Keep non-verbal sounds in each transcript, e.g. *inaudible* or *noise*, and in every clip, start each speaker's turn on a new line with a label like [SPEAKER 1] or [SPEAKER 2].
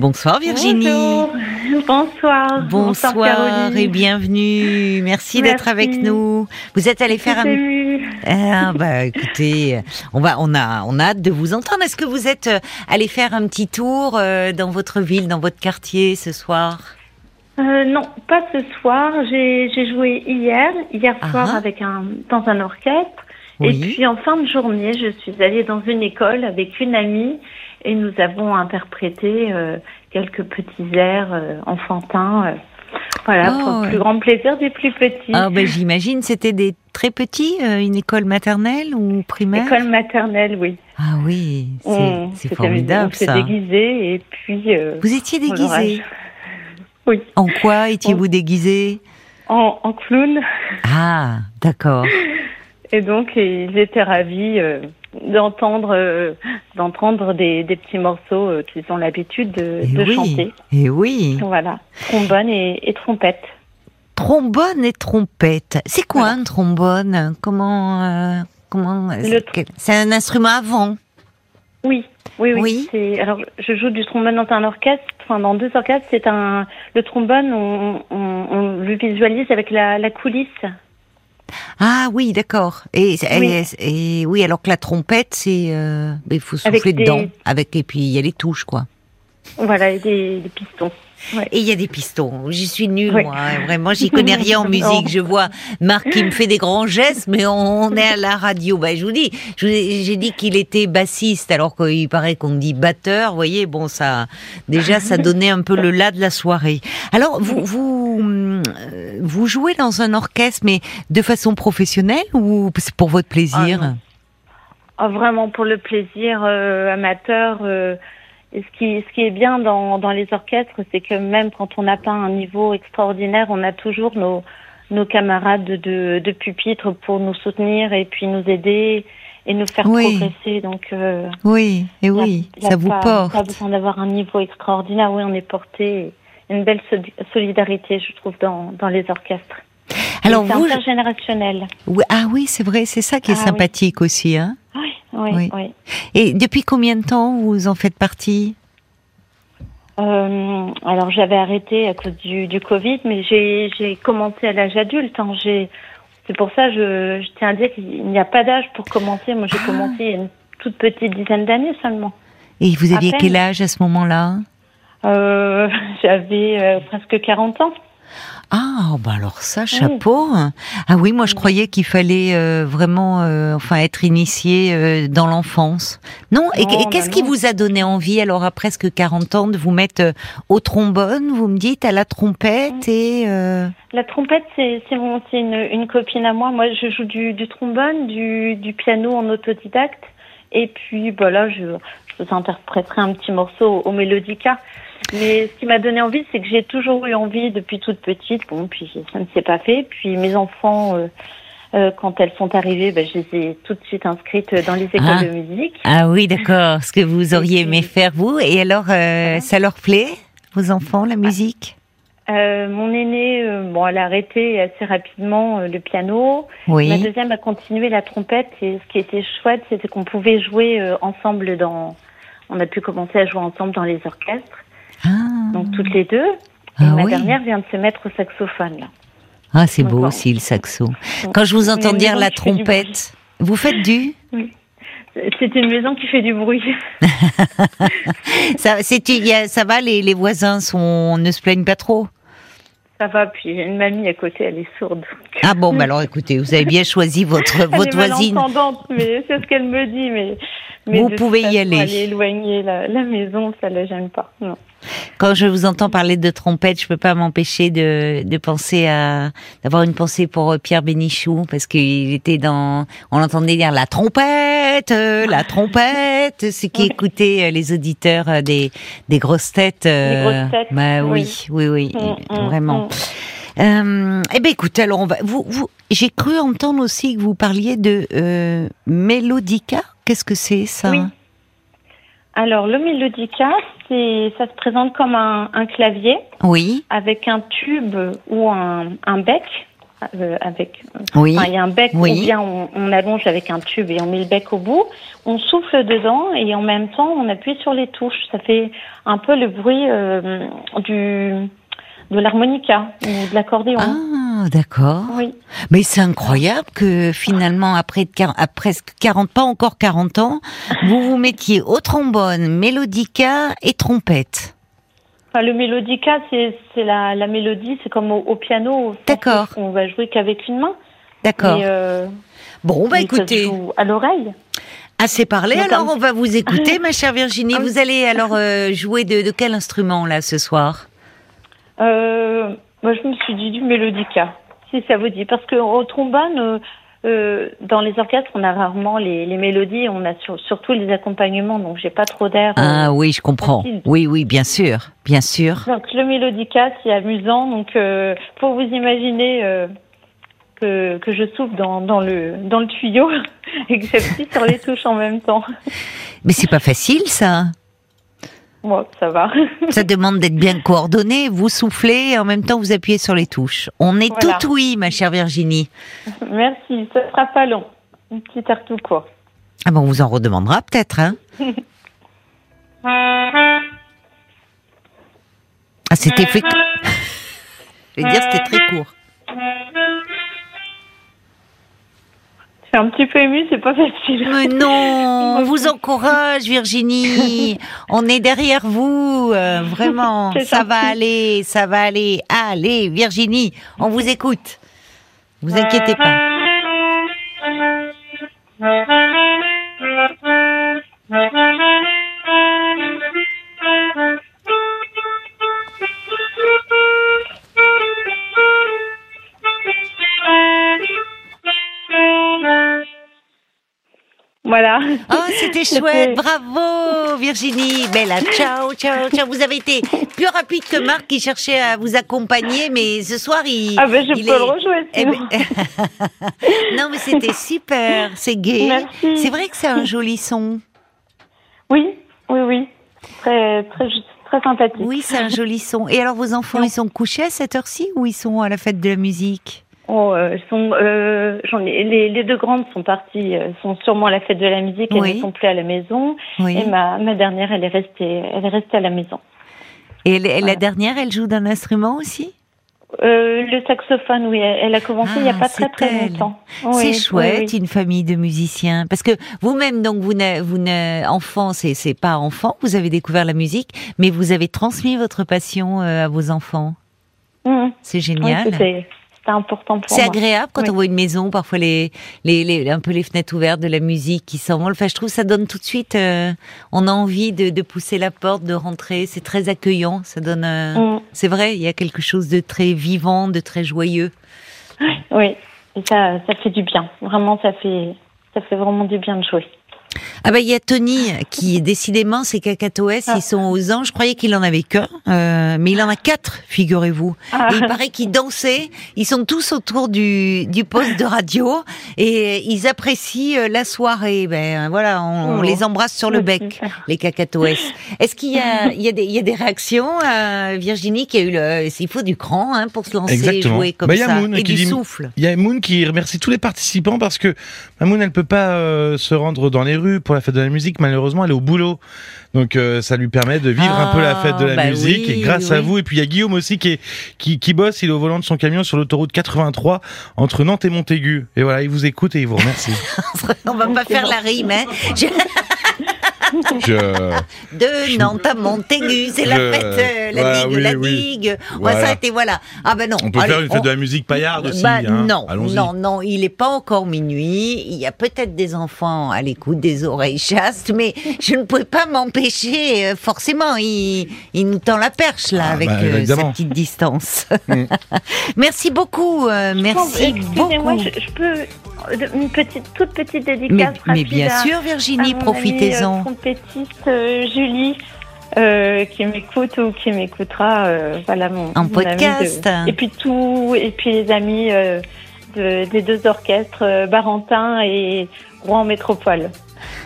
[SPEAKER 1] Bonsoir Virginie.
[SPEAKER 2] Bonjour. Bonsoir.
[SPEAKER 1] Bonsoir, et
[SPEAKER 2] Caroline.
[SPEAKER 1] bienvenue. Merci d'être
[SPEAKER 2] Merci.
[SPEAKER 1] avec nous. Vous êtes allé faire
[SPEAKER 2] Je suis
[SPEAKER 1] un.
[SPEAKER 2] émue.
[SPEAKER 1] Ah, bah écoutez, on va, on a, on a hâte de vous entendre. Est-ce que vous êtes euh, allé faire un petit tour euh, dans votre ville, dans votre quartier ce soir
[SPEAKER 2] Euh, non, pas ce soir. J'ai j'ai joué hier, hier
[SPEAKER 1] Ah.
[SPEAKER 2] soir avec un dans un orchestre. Et
[SPEAKER 1] Oui.
[SPEAKER 2] puis en fin de journée, je suis allée dans une école avec une amie et nous avons interprété euh, quelques petits airs euh, enfantins. euh, voilà,
[SPEAKER 1] Oh,
[SPEAKER 2] pour
[SPEAKER 1] ouais.
[SPEAKER 2] le plus grand plaisir des plus petits.
[SPEAKER 1] Ah, bah j'imagine, c'était des très petits, euh, une école maternelle ou primaire
[SPEAKER 2] École maternelle, oui.
[SPEAKER 1] Ah oui, c'est
[SPEAKER 2] On
[SPEAKER 1] c'est
[SPEAKER 2] s'est
[SPEAKER 1] formidable
[SPEAKER 2] amusé, on s'est
[SPEAKER 1] ça.
[SPEAKER 2] déguisé et puis euh,
[SPEAKER 1] Vous étiez
[SPEAKER 2] on leur a-
[SPEAKER 1] déguisé.
[SPEAKER 2] Oui,
[SPEAKER 1] En quoi étiez-vous déguisé
[SPEAKER 2] en, en clown.
[SPEAKER 1] Ah, d'accord.
[SPEAKER 2] Et donc, ils étaient ravis euh, d'entendre euh, d'entendre des, des petits morceaux euh, qu'ils ont l'habitude de,
[SPEAKER 1] Et
[SPEAKER 2] de
[SPEAKER 1] Eh oui.
[SPEAKER 2] chanter.
[SPEAKER 1] Et oui.
[SPEAKER 2] Voilà, trombone et, et trompette.
[SPEAKER 1] Trombone et trompette. C'est quoi
[SPEAKER 2] Voilà.
[SPEAKER 1] un trombone Comment euh, comment
[SPEAKER 2] Le tr-
[SPEAKER 1] quel- C'est un instrument avant.
[SPEAKER 2] Oui, oui, oui.
[SPEAKER 1] Oui.
[SPEAKER 2] c'est- Alors, je joue du trombone dans un orchestre, enfin dans deux orchestres. C'est un le trombone, on, on, on le visualise avec la, la coulisse.
[SPEAKER 1] Ah oui, d'accord. Et, et-
[SPEAKER 2] Oui.
[SPEAKER 1] et oui, alors que la trompette, c'est euh, il faut souffler
[SPEAKER 2] Avec des-
[SPEAKER 1] dedans, avec et puis il y a les touches quoi.
[SPEAKER 2] Voilà, et des, des pistons.
[SPEAKER 1] Et il y a des pistons. J'y suis nulle
[SPEAKER 2] Oui.
[SPEAKER 1] moi, hein. vraiment, j'y connais
[SPEAKER 2] *laughs*
[SPEAKER 1] rien en musique.
[SPEAKER 2] Non.
[SPEAKER 1] Je vois Marc qui me fait des grands gestes, mais on, on est à la radio. Bah, je vous dis, je vous ai- j'ai dit qu'il était bassiste, alors qu'il paraît qu'on dit batteur. Vous voyez, bon, ça, déjà,
[SPEAKER 2] *laughs*
[SPEAKER 1] ça donnait un peu le là de la soirée. Alors, vous, vous, hum, euh, vous jouez dans un orchestre, mais de façon professionnelle ou c'est pour votre plaisir
[SPEAKER 2] Ah, Ah, vraiment pour le plaisir euh, amateur. euh, et ce qui, ce qui est bien dans, dans les orchestres, c'est que même quand on n'a pas un niveau extraordinaire, on a toujours nos, nos camarades de, de, de pupitre pour nous soutenir et puis nous aider et nous faire
[SPEAKER 1] Oui.
[SPEAKER 2] progresser. Donc, euh,
[SPEAKER 1] Oui, et
[SPEAKER 2] y a-
[SPEAKER 1] oui,
[SPEAKER 2] y a
[SPEAKER 1] ça vous
[SPEAKER 2] pas, Pas
[SPEAKER 1] porte.
[SPEAKER 2] besoin d'avoir un niveau extraordinaire. Oui, on est porté. Une belle soli- solidarité, je trouve, dans, dans les orchestres.
[SPEAKER 1] Alors
[SPEAKER 2] Et c'est
[SPEAKER 1] vous,
[SPEAKER 2] intergénérationnel.
[SPEAKER 1] oui, ah oui, c'est vrai, c'est ça qui est
[SPEAKER 2] Ah oui.
[SPEAKER 1] sympathique aussi, hein.
[SPEAKER 2] Oui, oui,
[SPEAKER 1] Oui.
[SPEAKER 2] oui.
[SPEAKER 1] Et depuis combien de temps vous en faites partie
[SPEAKER 2] Euh, alors j'avais arrêté à cause du, du Covid, mais j'ai j'ai commencé à l'âge adulte. hein. J'ai- C'est pour ça je, je tiens à dire qu'il n'y a pas d'âge pour commencer. Moi j'ai
[SPEAKER 1] Ah.
[SPEAKER 2] commencé il y a une toute petite dizaine d'années seulement.
[SPEAKER 1] Et vous
[SPEAKER 2] À
[SPEAKER 1] aviez
[SPEAKER 2] peine.
[SPEAKER 1] quel âge à ce moment-là
[SPEAKER 2] Euh, *laughs* j'avais euh, presque 40 ans.
[SPEAKER 1] Ah, bah alors ça, chapeau. Ah oui, moi je croyais qu'il fallait euh, vraiment, euh, enfin, être initié euh, dans l'enfance. Non. et,
[SPEAKER 2] Non,
[SPEAKER 1] qu- et
[SPEAKER 2] bah
[SPEAKER 1] qu'est-ce qui
[SPEAKER 2] non.
[SPEAKER 1] vous a donné envie alors à presque 40 ans de vous mettre euh, au trombone Vous me dites à la
[SPEAKER 2] Mm.
[SPEAKER 1] trompette et euh,
[SPEAKER 2] La trompette c'est c'est mon- c'est une, une copine à moi. Moi je joue du, du trombone, du, du piano en autodidacte, et puis bah là je, je vous interpréterai un petit morceau au Mélodica. Mais ce qui m'a donné envie, c'est que j'ai toujours eu envie depuis toute petite. Bon, puis ça ne s'est pas fait. Puis mes enfants, euh, euh, quand elles sont arrivées, bah, je les ai tout de suite inscrites dans les écoles
[SPEAKER 1] Ah.
[SPEAKER 2] de musique.
[SPEAKER 1] ah oui, d'accord, ce que
[SPEAKER 2] *laughs*
[SPEAKER 1] vous auriez
[SPEAKER 2] Et puis-
[SPEAKER 1] aimé faire vous. Et alors, euh,
[SPEAKER 2] Voilà.
[SPEAKER 1] ça leur plaît, vos enfants, la
[SPEAKER 2] Bah,
[SPEAKER 1] musique
[SPEAKER 2] Euh, mon aînée, euh, bon, elle a arrêté assez rapidement euh, le piano. Ma
[SPEAKER 1] Oui.
[SPEAKER 2] deuxième a continué la trompette et ce qui était chouette, c'était qu'on pouvait jouer euh, ensemble dans. On a pu commencer à jouer ensemble dans les orchestres,
[SPEAKER 1] Ah,
[SPEAKER 2] donc toutes les deux. Et
[SPEAKER 1] ah
[SPEAKER 2] ma
[SPEAKER 1] oui.
[SPEAKER 2] dernière vient de se mettre au saxophone. Là.
[SPEAKER 1] Ah, c'est beau
[SPEAKER 2] D'accord.
[SPEAKER 1] aussi le saxo. Quand je vous entends
[SPEAKER 2] Mais
[SPEAKER 1] dire
[SPEAKER 2] non,
[SPEAKER 1] la
[SPEAKER 2] je fais du
[SPEAKER 1] trompette, vous faites du
[SPEAKER 2] C'est une maison qui fait du bruit. *laughs*
[SPEAKER 1] ça, c'est- il y a- ça va, les, les voisins sont, ne se plaignent pas trop.
[SPEAKER 2] Ça va, puis il y a une mamie à côté, elle est sourde.
[SPEAKER 1] Ah bon, bah alors écoutez, vous avez bien choisi votre, votre
[SPEAKER 2] *laughs* elle est
[SPEAKER 1] voisine.
[SPEAKER 2] malentendante, mais c'est ce qu'elle me dit. Mais, mais
[SPEAKER 1] Vous
[SPEAKER 2] de toute
[SPEAKER 1] pouvez y
[SPEAKER 2] façon,
[SPEAKER 1] aller.
[SPEAKER 2] Elle est éloignée, la, la maison, ça la gêne pas. Non.
[SPEAKER 1] Quand je vous entends parler de trompette, je peux pas m'empêcher de, de penser à, d'avoir une pensée pour euh, Pierre Bénichou, parce qu'il était dans, on l'entendait dire la trompette, euh, la
[SPEAKER 2] *laughs*
[SPEAKER 1] trompette, ce qui
[SPEAKER 2] Ouais.
[SPEAKER 1] écoutait euh, les auditeurs euh, des, des grosses têtes. euh,
[SPEAKER 2] grosses têtes,
[SPEAKER 1] bah oui,
[SPEAKER 2] oui.
[SPEAKER 1] oui, oui,
[SPEAKER 2] Mm, mm,
[SPEAKER 1] vraiment.
[SPEAKER 2] mm.
[SPEAKER 1] Euh, eh ben écoutez, alors on va. Vous, vous, j'ai cru entendre aussi que vous parliez de euh, Mélodica. Qu'est-ce que c'est ça hein.
[SPEAKER 2] Oui. Alors, le mélodica, c'est, ça se présente comme un, un clavier
[SPEAKER 1] Oui.
[SPEAKER 2] avec un tube ou un, un bec euh, avec.
[SPEAKER 1] Oui.
[SPEAKER 2] enfin, il y a un bec
[SPEAKER 1] Oui.
[SPEAKER 2] ou bien on, on allonge avec un tube et on met le bec au bout. On souffle dedans et en même temps on appuie sur les touches. Ça fait un peu le bruit euh, du de l'harmonica ou de l'accordéon.
[SPEAKER 1] Ah, d'accord.
[SPEAKER 2] Oui.
[SPEAKER 1] Mais c'est incroyable que finalement, après, de quar- à presque 40, pas encore 40 ans, vous vous mettiez au trombone, mélodica et trompette.
[SPEAKER 2] Enfin, le mélodica, c'est c'est la, la mélodie, c'est comme au, au piano. au sens
[SPEAKER 1] D'accord.
[SPEAKER 2] où On va jouer qu'avec une main.
[SPEAKER 1] D'accord.
[SPEAKER 2] Mais, euh,
[SPEAKER 1] bon, bah
[SPEAKER 2] mais ça se
[SPEAKER 1] écoutez,
[SPEAKER 2] joue à l'oreille.
[SPEAKER 1] assez parlé,
[SPEAKER 2] D'accord.
[SPEAKER 1] alors on va vous
[SPEAKER 2] *laughs*
[SPEAKER 1] écouter, ma chère Virginie.
[SPEAKER 2] Ah oui.
[SPEAKER 1] Vous allez alors euh, jouer de, de quel instrument là ce soir
[SPEAKER 2] Euh, moi, je me suis dit du mélodica, si ça vous dit. Parce que au trombone, euh, euh, dans les orchestres, on a rarement les, les mélodies, on a sur- surtout les accompagnements, donc j'ai pas trop d'air. euh.
[SPEAKER 1] Ah oui, je comprends.
[SPEAKER 2] facile.
[SPEAKER 1] Oui, oui, bien sûr, bien sûr.
[SPEAKER 2] Donc le mélodica, c'est amusant. Donc euh, pour vous imaginer euh, que, que je souffle dans, dans, le, dans le tuyau *laughs* et que j'appuie sur les touches en même temps.
[SPEAKER 1] Mais c'est pas facile ça.
[SPEAKER 2] Moi, ça va. *laughs*
[SPEAKER 1] Ça demande d'être bien coordonné. Vous soufflez et en même temps vous appuyez sur les touches. On est
[SPEAKER 2] Voilà.
[SPEAKER 1] tout oui, ma chère Virginie.
[SPEAKER 2] Merci, ça sera pas long. Un petit air tout court.
[SPEAKER 1] Ah bon, on vous en redemandera peut-être. Hein ah, c'était fait. *laughs* Je vais dire, c'était très court.
[SPEAKER 2] Je suis un petit peu émue, c'est pas facile.
[SPEAKER 1] Mais non, on vous encourage,
[SPEAKER 2] *laughs*
[SPEAKER 1] Virginie. On est derrière vous, euh, vraiment.
[SPEAKER 2] C'est
[SPEAKER 1] Ça va
[SPEAKER 2] gentil.
[SPEAKER 1] aller, ça va aller. Allez, Virginie, on vous écoute. Vous inquiétez pas.
[SPEAKER 2] Voilà.
[SPEAKER 1] Oh,
[SPEAKER 2] *laughs*
[SPEAKER 1] c'était chouette. Bravo, Virginie. Bella, ciao, ciao, ciao. Vous avez été plus rapide que Marc qui cherchait à vous accompagner, mais ce soir, il.
[SPEAKER 2] Ah ben je
[SPEAKER 1] il
[SPEAKER 2] peux
[SPEAKER 1] est-
[SPEAKER 2] le rejouer.
[SPEAKER 1] Eh ben-
[SPEAKER 2] sinon.
[SPEAKER 1] *laughs* non, mais c'était super. C'est gay.
[SPEAKER 2] Merci.
[SPEAKER 1] C'est vrai que c'est un joli son.
[SPEAKER 2] Oui, oui, oui. Très, très, très sympathique.
[SPEAKER 1] Oui, c'est un joli son. Et alors, vos enfants, ils sont couchés à cette heure-ci ou ils sont à la fête de la musique
[SPEAKER 2] Oh, euh, sont, euh, j'en ai- les, les deux grandes sont parties, euh, sont sûrement à la fête de la musique, elles
[SPEAKER 1] Oui.
[SPEAKER 2] ne sont plus à la maison.
[SPEAKER 1] Oui.
[SPEAKER 2] Et ma, ma dernière, elle est restée, elle est restée à la maison.
[SPEAKER 1] Et la- la dernière, elle joue d'un instrument aussi
[SPEAKER 2] Euh, le saxophone, oui, elle, elle a commencé il n'y a
[SPEAKER 1] Ah,
[SPEAKER 2] pas très
[SPEAKER 1] c'est
[SPEAKER 2] très
[SPEAKER 1] elle.
[SPEAKER 2] longtemps.
[SPEAKER 1] c'est
[SPEAKER 2] Oui,
[SPEAKER 1] chouette,
[SPEAKER 2] oui, oui.
[SPEAKER 1] une famille de musiciens. Parce que vous-même, donc, vous n'êtes vous n'êtes- enfant, c'est c'est pas enfant, vous avez découvert la musique, mais vous avez transmis votre passion euh, à vos enfants.
[SPEAKER 2] Mhm.
[SPEAKER 1] C'est
[SPEAKER 2] Oui,
[SPEAKER 1] génial.
[SPEAKER 2] c'était c'était important pour
[SPEAKER 1] c'est
[SPEAKER 2] moi.
[SPEAKER 1] agréable quand
[SPEAKER 2] Oui.
[SPEAKER 1] on voit une maison, parfois les, les, les- un peu les fenêtres ouvertes de la musique qui s'envole. Enfin, je trouve que ça donne tout de suite, euh, on a envie de, de pousser la porte, de rentrer. C'est très accueillant. Ça donne, euh,
[SPEAKER 2] Mhm.
[SPEAKER 1] c'est vrai, il y a quelque chose de très vivant, de très joyeux.
[SPEAKER 2] Mm, Oui, et ça, ça fait du bien. Vraiment, ça fait, ça fait vraiment du bien de jouer.
[SPEAKER 1] Ah bah il y a Tony qui décidément ces cacatoès
[SPEAKER 2] Ah.
[SPEAKER 1] ils sont aux anges. Je croyais qu'il en avait qu'un, euh, mais il en a quatre, figurez-vous.
[SPEAKER 2] Ah.
[SPEAKER 1] Et il paraît qu'ils dansaient. Ils sont tous autour du, du poste de radio et euh, ils apprécient euh, la soirée. Ben voilà, on, on
[SPEAKER 2] Oh.
[SPEAKER 1] les embrasse sur le
[SPEAKER 2] Oui,
[SPEAKER 1] bec,
[SPEAKER 2] super.
[SPEAKER 1] les cacatoès. Est-ce qu'il y a, il y a des, il y a des réactions euh, Virginie qui a eu le, il faut du cran hein, pour se lancer,
[SPEAKER 3] Exactement.
[SPEAKER 1] jouer comme
[SPEAKER 3] Bah, il y a
[SPEAKER 1] ça
[SPEAKER 3] Moon
[SPEAKER 1] et
[SPEAKER 3] qui
[SPEAKER 1] du
[SPEAKER 3] dit-
[SPEAKER 1] souffle. *laughs*
[SPEAKER 3] Il y a Moon qui remercie tous les participants parce que Mamoun, elle peut pas euh, se rendre dans les rues pour la fête de la musique. Malheureusement, elle est au boulot. Donc, euh, ça lui permet de vivre un peu la fête de la
[SPEAKER 1] Ah, bah
[SPEAKER 3] musique.
[SPEAKER 1] oui,
[SPEAKER 3] et grâce à
[SPEAKER 1] oui.
[SPEAKER 3] vous. Et puis, il y a Guillaume aussi qui, est, qui, qui bosse. Il est au volant de son camion sur l'autoroute 83 entre Nantes et Montaigu. Et voilà, il vous écoute et il vous remercie.
[SPEAKER 1] On va pas faire la rime. Hein. Je-
[SPEAKER 3] Je-
[SPEAKER 1] De Nantes à Montaigu, c'est la
[SPEAKER 3] Je-
[SPEAKER 1] fête, euh, la
[SPEAKER 3] Voilà,
[SPEAKER 1] digue,
[SPEAKER 3] oui,
[SPEAKER 1] la
[SPEAKER 3] oui.
[SPEAKER 1] digue. On va
[SPEAKER 3] Voilà.
[SPEAKER 1] s'arrêter, voilà. Ah ben non.
[SPEAKER 3] On peut
[SPEAKER 1] allez,
[SPEAKER 3] faire une fête
[SPEAKER 1] on-
[SPEAKER 3] de la musique paillarde aussi.
[SPEAKER 1] Bah,
[SPEAKER 3] hein.
[SPEAKER 1] non,
[SPEAKER 3] Allons-y.
[SPEAKER 1] non, non, il n'est pas encore minuit. Il y a peut-être des enfants à l'écoute, des oreilles chastes, mais je ne pouvais pas m'empêcher. euh, forcément, il, il nous tend la perche là
[SPEAKER 3] Ah,
[SPEAKER 1] avec
[SPEAKER 3] bah,
[SPEAKER 1] euh, cette
[SPEAKER 3] évidemment.
[SPEAKER 1] petite distance.
[SPEAKER 3] Mm.
[SPEAKER 1] *laughs* merci beaucoup, euh, *laughs* merci
[SPEAKER 2] Excusez-moi,
[SPEAKER 1] beaucoup.
[SPEAKER 2] je, je peux euh, une petite, toute petite dédicace
[SPEAKER 1] Mais, mais
[SPEAKER 2] rapide
[SPEAKER 1] bien
[SPEAKER 2] à-
[SPEAKER 1] sûr, Virginie,
[SPEAKER 2] à mon amie, euh,
[SPEAKER 1] profitez-en.
[SPEAKER 2] trompettiste euh, Julie euh, qui m'écoute ou qui m'écoutera. euh, voilà mon
[SPEAKER 1] En
[SPEAKER 2] mon amie
[SPEAKER 1] podcast.
[SPEAKER 2] de- et puis tout et puis les amis euh, de- des deux orchestres euh, Barentin et Rouen Métropole.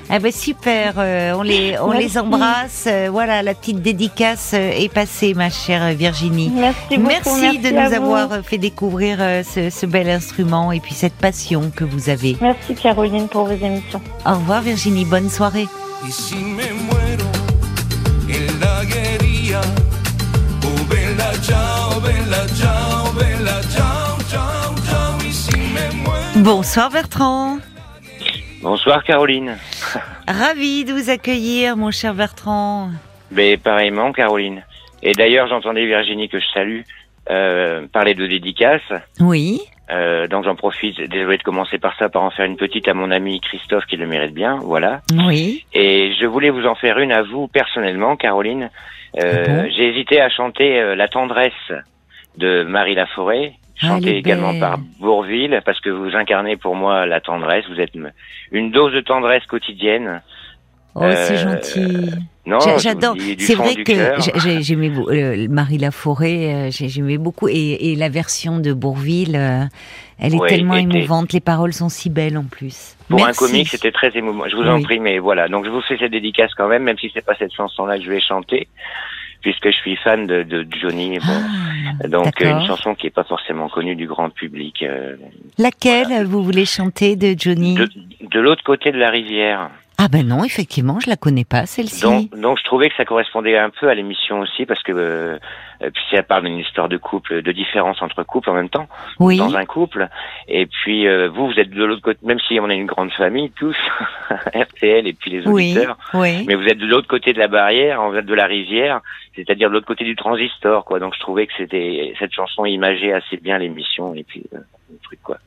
[SPEAKER 1] Ah ben super, euh, on les on
[SPEAKER 2] Merci.
[SPEAKER 1] les embrasse. euh, voilà, la petite dédicace euh, est passée, ma chère Virginie.
[SPEAKER 2] Merci beaucoup.
[SPEAKER 1] de
[SPEAKER 2] à
[SPEAKER 1] nous
[SPEAKER 2] vous.
[SPEAKER 1] avoir euh, fait découvrir euh, ce, ce bel instrument et puis cette passion que vous avez.
[SPEAKER 2] Merci Caroline pour vos émissions.
[SPEAKER 1] Au revoir Virginie, bonne soirée.
[SPEAKER 4] Y si me muero en la guerrilla, oh vela chao, vela chao, vela chao, chao, chao. Y si me muero.
[SPEAKER 1] Bonsoir Bertrand.
[SPEAKER 5] Bonsoir Caroline.
[SPEAKER 1] Ravi de vous accueillir, mon cher Bertrand.
[SPEAKER 5] Mais pareillement Caroline. Et d'ailleurs j'entendais Virginie que je salue euh, parler de dédicaces.
[SPEAKER 1] Oui.
[SPEAKER 5] Euh, donc j'en profite, désolé de commencer par ça, par en faire une petite à mon ami Christophe qui le mérite bien, voilà.
[SPEAKER 1] Oui.
[SPEAKER 5] Et je voulais vous en faire une à vous personnellement Caroline. Euh,
[SPEAKER 1] Ah bon
[SPEAKER 5] J'ai hésité à chanter euh, La tendresse de Marie Laforêt,
[SPEAKER 1] Ah, elle
[SPEAKER 5] chantée
[SPEAKER 1] est
[SPEAKER 5] également
[SPEAKER 1] belle.
[SPEAKER 5] par Bourville, parce que vous incarnez pour moi la tendresse, vous êtes me- une dose de tendresse quotidienne.
[SPEAKER 1] Oh,
[SPEAKER 5] Euh,
[SPEAKER 1] c'est gentil. J'a-
[SPEAKER 5] Non, Oh, je vous
[SPEAKER 1] J'adore.
[SPEAKER 5] dis du
[SPEAKER 1] C'est
[SPEAKER 5] fond
[SPEAKER 1] vrai
[SPEAKER 5] du
[SPEAKER 1] que
[SPEAKER 5] cœur.
[SPEAKER 1] j'a- j'ai- j'aimais beau- euh, Marie Laforêt, euh, j'ai- j'aimais beaucoup. Et, et la version de Bourville, euh, elle est
[SPEAKER 5] Ouais,
[SPEAKER 1] tellement
[SPEAKER 5] était-
[SPEAKER 1] émouvante. Les paroles sont si belles en plus.
[SPEAKER 5] Pour un
[SPEAKER 1] Merci.
[SPEAKER 5] comique, c'était très émouvant. Je vous en
[SPEAKER 1] Oui.
[SPEAKER 5] prie, mais voilà. Donc, je vous fais cette dédicace quand même, même si c'est pas cette chanson-là que je vais chanter, puisque je suis fan de, de Johnny. Bon.
[SPEAKER 1] Ah,
[SPEAKER 5] Donc, euh,
[SPEAKER 1] d'accord.
[SPEAKER 5] une chanson qui est pas forcément connue du grand public. euh,
[SPEAKER 1] laquelle vous voulez chanter de Johnny
[SPEAKER 5] de de l'autre côté de la rivière.
[SPEAKER 1] Ah ben non, effectivement, je la connais pas celle-ci.
[SPEAKER 5] Donc, donc, je trouvais que ça correspondait un peu à l'émission aussi, parce que euh, euh, puis ça parle d'une histoire de couple, de différence entre couples en même temps,
[SPEAKER 1] oui.
[SPEAKER 5] dans un couple. Et puis, euh, vous, vous êtes de l'autre côté, même si on est une grande famille tous, *laughs* RTL et puis les
[SPEAKER 1] Oui.
[SPEAKER 5] auditeurs.
[SPEAKER 1] Oui.
[SPEAKER 5] Mais vous êtes de l'autre côté de la barrière, vous êtes de la rivière, c'est-à-dire de l'autre côté du transistor, quoi. Donc je trouvais que c'était cette chanson imageait assez bien l'émission et puis euh, le truc quoi.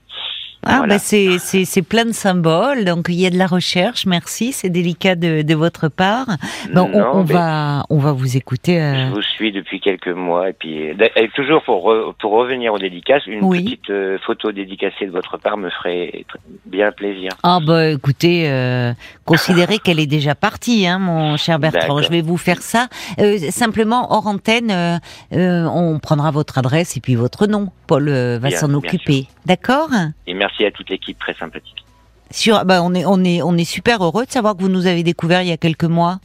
[SPEAKER 1] Ah
[SPEAKER 5] Voilà.
[SPEAKER 1] bah c'est c'est c'est plein de symboles donc il y a de la recherche merci c'est délicat de, de votre part bon on,
[SPEAKER 5] Non,
[SPEAKER 1] on
[SPEAKER 5] mais
[SPEAKER 1] va on va vous écouter euh,
[SPEAKER 5] Je vous suis depuis quelques mois et puis euh, et toujours pour re- pour revenir aux dédicaces, une
[SPEAKER 1] Oui.
[SPEAKER 5] petite euh, photo dédicacée de votre part me ferait tr- bien plaisir.
[SPEAKER 1] Ah bah écoutez, euh, considérez qu'elle est déjà partie, hein, mon cher Bertrand.
[SPEAKER 5] D'accord.
[SPEAKER 1] Je vais vous faire ça. Euh, simplement, hors antenne, euh, euh, on prendra votre adresse et puis votre nom. Paul euh, va
[SPEAKER 5] Bien,
[SPEAKER 1] s'en
[SPEAKER 5] bien
[SPEAKER 1] occuper. D'accord
[SPEAKER 5] Et merci à toute l'équipe très sympathique.
[SPEAKER 1] Sur, bah, on est, on est, on est super heureux de savoir que vous nous avez découvert il y a quelques mois.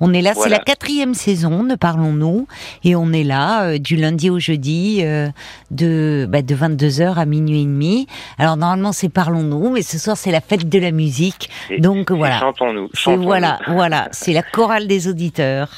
[SPEAKER 1] On est là, c'est
[SPEAKER 5] Voilà.
[SPEAKER 1] la quatrième saison, ne parlons-nous, et on est là euh, du lundi au jeudi euh, de bah, de 22 h à minuit et demi. Alors normalement c'est parlons-nous, mais ce soir c'est la fête de la musique,
[SPEAKER 5] C'est-
[SPEAKER 1] donc
[SPEAKER 5] Et
[SPEAKER 1] voilà.
[SPEAKER 5] Chantons-nous.
[SPEAKER 1] C'est
[SPEAKER 5] chantons-nous.
[SPEAKER 1] voilà, voilà, c'est la chorale des auditeurs.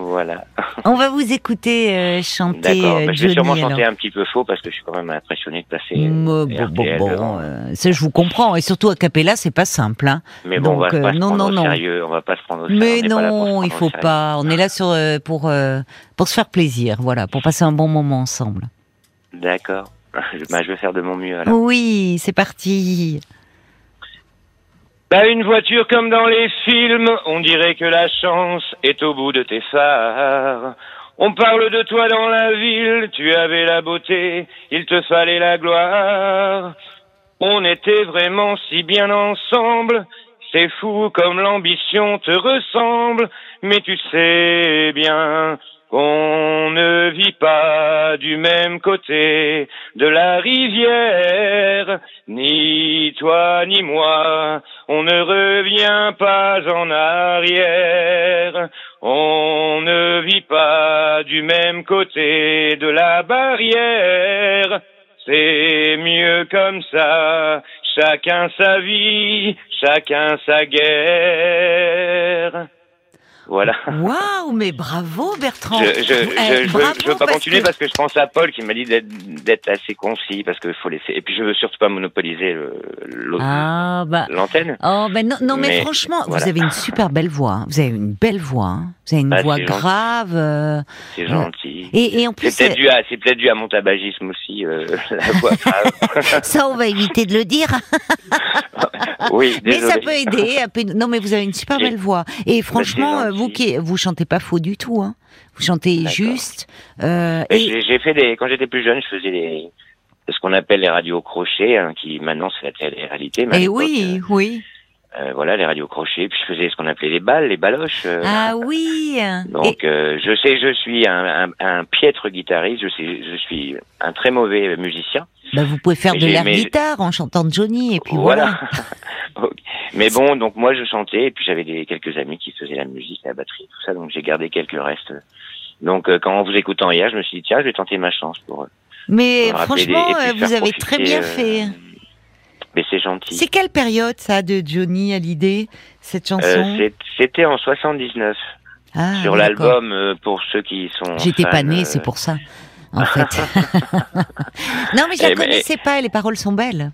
[SPEAKER 5] Voilà.
[SPEAKER 1] On va vous écouter euh, chanter
[SPEAKER 5] D'accord.
[SPEAKER 1] euh,
[SPEAKER 5] Bah, je
[SPEAKER 1] Johnny.
[SPEAKER 5] vais sûrement
[SPEAKER 1] alors.
[SPEAKER 5] chanter un petit peu faux parce que je suis quand même impressionné de passer. euh,
[SPEAKER 1] Mo- bon, bon,
[SPEAKER 5] RTL
[SPEAKER 1] bon,
[SPEAKER 5] devant.
[SPEAKER 1] euh, ça je vous comprends et surtout a cappella c'est pas simple. Hein.
[SPEAKER 5] Mais bon, on va
[SPEAKER 1] Donc, euh,
[SPEAKER 5] pas se
[SPEAKER 1] non,
[SPEAKER 5] prendre
[SPEAKER 1] non, non.
[SPEAKER 5] au sérieux, on va pas se prendre au sérieux.
[SPEAKER 1] Mais
[SPEAKER 5] on n'est pas là pour se
[SPEAKER 1] non, il
[SPEAKER 5] prendre au
[SPEAKER 1] faut
[SPEAKER 5] sérieux.
[SPEAKER 1] pas. On est là sur euh, pour euh, pour se faire plaisir, voilà, pour passer un bon moment ensemble.
[SPEAKER 5] D'accord. *laughs* Je- bah, je vais faire de mon mieux alors.
[SPEAKER 1] Oui, c'est
[SPEAKER 5] *laughs*
[SPEAKER 1] parti.
[SPEAKER 5] Bah, une voiture comme dans les films, on dirait que la chance est au bout de tes phares. On parle de toi dans la ville, tu avais la beauté, il te fallait la gloire. On était vraiment si bien ensemble, c'est fou comme l'ambition te ressemble, mais tu sais bien qu'on ne vit pas du même côté de la rivière, ni toi ni moi, on ne revient pas en arrière, on ne vit pas du même côté de la barrière. C'est mieux comme ça, chacun sa vie, chacun sa guerre. Voilà.
[SPEAKER 1] Waouh, mais bravo Bertrand.
[SPEAKER 5] Je, je, je,
[SPEAKER 1] Eh,
[SPEAKER 5] je,
[SPEAKER 1] bravo,
[SPEAKER 5] je veux pas
[SPEAKER 1] parce
[SPEAKER 5] continuer
[SPEAKER 1] que-
[SPEAKER 5] parce que je pense à Paul qui m'a dit d'être- d'être assez concis parce qu'il faut laisser. Et puis je veux surtout pas monopoliser le- l'autre-
[SPEAKER 1] Ah bah
[SPEAKER 5] l'antenne.
[SPEAKER 1] Oh ben non, non mais,
[SPEAKER 5] Mais,
[SPEAKER 1] franchement,
[SPEAKER 5] voilà.
[SPEAKER 1] vous avez une super belle voix. hein. Vous avez une belle voix. hein. Vous avez une
[SPEAKER 5] Bah,
[SPEAKER 1] voix
[SPEAKER 5] c'est gentil.
[SPEAKER 1] grave. euh,
[SPEAKER 5] C'est
[SPEAKER 1] Ouais.
[SPEAKER 5] gentil.
[SPEAKER 1] et, et en plus,
[SPEAKER 5] C'est peut-être dû à, c'est peut-être dû à mon tabagisme aussi, euh, *laughs* la voix.
[SPEAKER 1] *laughs* euh, ça, on va éviter de le
[SPEAKER 5] *laughs*
[SPEAKER 1] dire.
[SPEAKER 5] oui,
[SPEAKER 1] mais
[SPEAKER 5] désolé.
[SPEAKER 1] ça peut aider. à peine- Non, mais vous avez une super
[SPEAKER 5] J'ai-
[SPEAKER 1] belle voix. Et franchement,
[SPEAKER 5] c'est
[SPEAKER 1] euh, vous
[SPEAKER 5] gentil.
[SPEAKER 1] qui vous chantez pas faux du tout. Hein. Vous chantez
[SPEAKER 5] D'accord.
[SPEAKER 1] juste. euh,
[SPEAKER 5] Mais
[SPEAKER 1] et
[SPEAKER 5] J'ai j'ai fait des, quand j'étais plus jeune, je faisais des, ce qu'on appelle les radios crochets, hein, qui maintenant c'est la télé-réalité. mais à
[SPEAKER 1] et
[SPEAKER 5] l'époque,
[SPEAKER 1] Eh oui, oui.
[SPEAKER 5] euh, euh, voilà, les radios crochets, puis je faisais ce qu'on appelait les balles, les baloches. euh,
[SPEAKER 1] Ah oui
[SPEAKER 5] Donc euh, je sais, je suis un, un- un piètre guitariste, je sais, je suis un très mauvais musicien.
[SPEAKER 1] Et- bah, Vous pouvez faire
[SPEAKER 5] mais
[SPEAKER 1] de
[SPEAKER 5] j'ai-
[SPEAKER 1] l'air
[SPEAKER 5] mais-
[SPEAKER 1] guitare en chantant Johnny, et puis voilà.
[SPEAKER 5] voilà. *laughs* Ok. Mais bon, donc moi je chantais et puis j'avais des quelques amis qui faisaient la musique, la batterie, tout ça, donc j'ai gardé quelques restes. Donc euh, quand en vous écoutant hier, je me suis dit tiens, je vais tenter ma chance pour. euh,
[SPEAKER 6] Mais
[SPEAKER 5] me rappeler
[SPEAKER 6] franchement,
[SPEAKER 5] des- et
[SPEAKER 6] euh,
[SPEAKER 5] puis
[SPEAKER 6] vous
[SPEAKER 5] faire
[SPEAKER 6] avez très
[SPEAKER 5] profiter,
[SPEAKER 6] bien
[SPEAKER 5] euh,
[SPEAKER 6] fait.
[SPEAKER 5] Mais c'est gentil.
[SPEAKER 6] C'est quelle période ça de Johnny Hallyday, cette chanson
[SPEAKER 5] Euh, c'est- C'était en 79
[SPEAKER 6] Ah,
[SPEAKER 5] sur
[SPEAKER 6] oui, d'accord.
[SPEAKER 5] l'album euh, pour ceux qui sont.
[SPEAKER 1] J'étais
[SPEAKER 5] fans,
[SPEAKER 1] pas née,
[SPEAKER 5] euh,
[SPEAKER 1] c'est pour ça, en fait.
[SPEAKER 5] *laughs*
[SPEAKER 1] non, mais je la
[SPEAKER 5] Eh ben-
[SPEAKER 1] connaissais pas, et les paroles sont belles.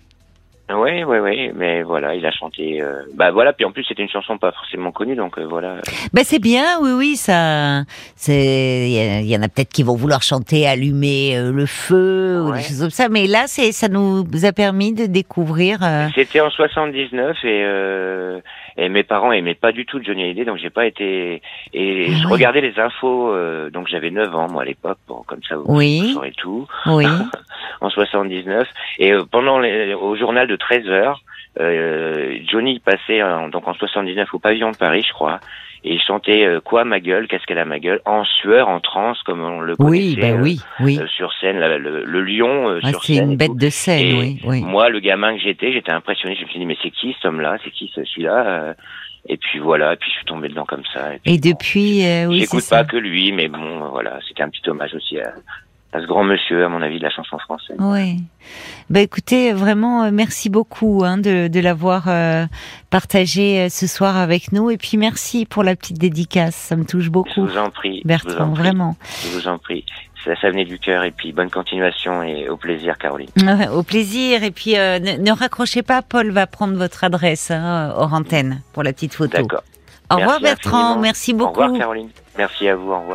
[SPEAKER 5] Oui, oui, oui, mais voilà, il a chanté. euh, Bah voilà, puis en plus c'était une chanson pas forcément connue, donc euh, voilà.
[SPEAKER 1] Ben c'est bien, oui, oui, ça. C'est, il y a- il y en a peut-être qui vont vouloir chanter, allumer euh, le feu ou
[SPEAKER 5] Ouais.
[SPEAKER 1] des choses comme ça. Mais là, c'est, ça nous a permis de découvrir. euh,
[SPEAKER 5] C'était en 79 et, euh, et mes parents aimaient pas du tout Johnny Hallyday, donc j'ai pas été. Et
[SPEAKER 1] Ah
[SPEAKER 5] je
[SPEAKER 1] oui.
[SPEAKER 5] regardais les infos, euh, donc j'avais 9 ans moi à l'époque, bon, comme ça vous,
[SPEAKER 1] Oui.
[SPEAKER 5] vous saurez tout, *laughs*
[SPEAKER 1] Oui.
[SPEAKER 5] en 79. Et euh, pendant les, au journal de 13 heures, euh, Johnny passait en- donc en 79 au pavillon de Paris, je crois. Et il chantait euh, quoi ma gueule, qu'est-ce qu'elle a ma gueule, en sueur, en transe, comme on le
[SPEAKER 1] Oui,
[SPEAKER 5] connaissait
[SPEAKER 1] ben
[SPEAKER 5] euh,
[SPEAKER 1] oui, oui.
[SPEAKER 5] euh, sur scène, la- le, le lion euh,
[SPEAKER 1] Ah,
[SPEAKER 5] sur
[SPEAKER 1] c'est
[SPEAKER 5] scène.
[SPEAKER 1] une
[SPEAKER 5] et
[SPEAKER 1] bête
[SPEAKER 5] tout.
[SPEAKER 1] de scène,
[SPEAKER 5] Et
[SPEAKER 1] oui, oui.
[SPEAKER 5] Moi, le gamin que j'étais, j'étais impressionné. Je me suis dit, mais c'est qui cet homme-là C'est qui ce- celui-là Euh, Et puis voilà, et puis je suis tombé dedans comme ça. puis,
[SPEAKER 1] Et
[SPEAKER 5] bon,
[SPEAKER 1] depuis, euh, oui, c'est
[SPEAKER 5] J'écoute
[SPEAKER 1] ça.
[SPEAKER 5] pas que lui, mais bon, voilà, c'était un petit hommage aussi à, à ce grand monsieur, à mon avis, de la chanson française.
[SPEAKER 1] Oui. Bah écoutez, vraiment, euh, merci beaucoup hein, de, de l'avoir euh, partagé euh, ce soir avec nous. Et puis merci pour la petite dédicace, ça me touche
[SPEAKER 5] Je
[SPEAKER 1] beaucoup.
[SPEAKER 5] vous en prie. je vous en
[SPEAKER 1] Bertrand,
[SPEAKER 5] prie,
[SPEAKER 1] vraiment.
[SPEAKER 5] Je vous en prie. Ça, ça venait du cœur, et puis bonne continuation, et au plaisir, Caroline.
[SPEAKER 1] Ouais, Au plaisir. Et puis euh, ne, ne raccrochez pas, Paul va prendre votre adresse hein, hors antenne pour la petite photo.
[SPEAKER 5] D'accord.
[SPEAKER 1] Au revoir
[SPEAKER 5] Merci
[SPEAKER 1] Bertrand,
[SPEAKER 5] infiniment.
[SPEAKER 1] merci
[SPEAKER 5] Au
[SPEAKER 1] beaucoup.
[SPEAKER 5] revoir, Caroline. Merci à vous, au revoir.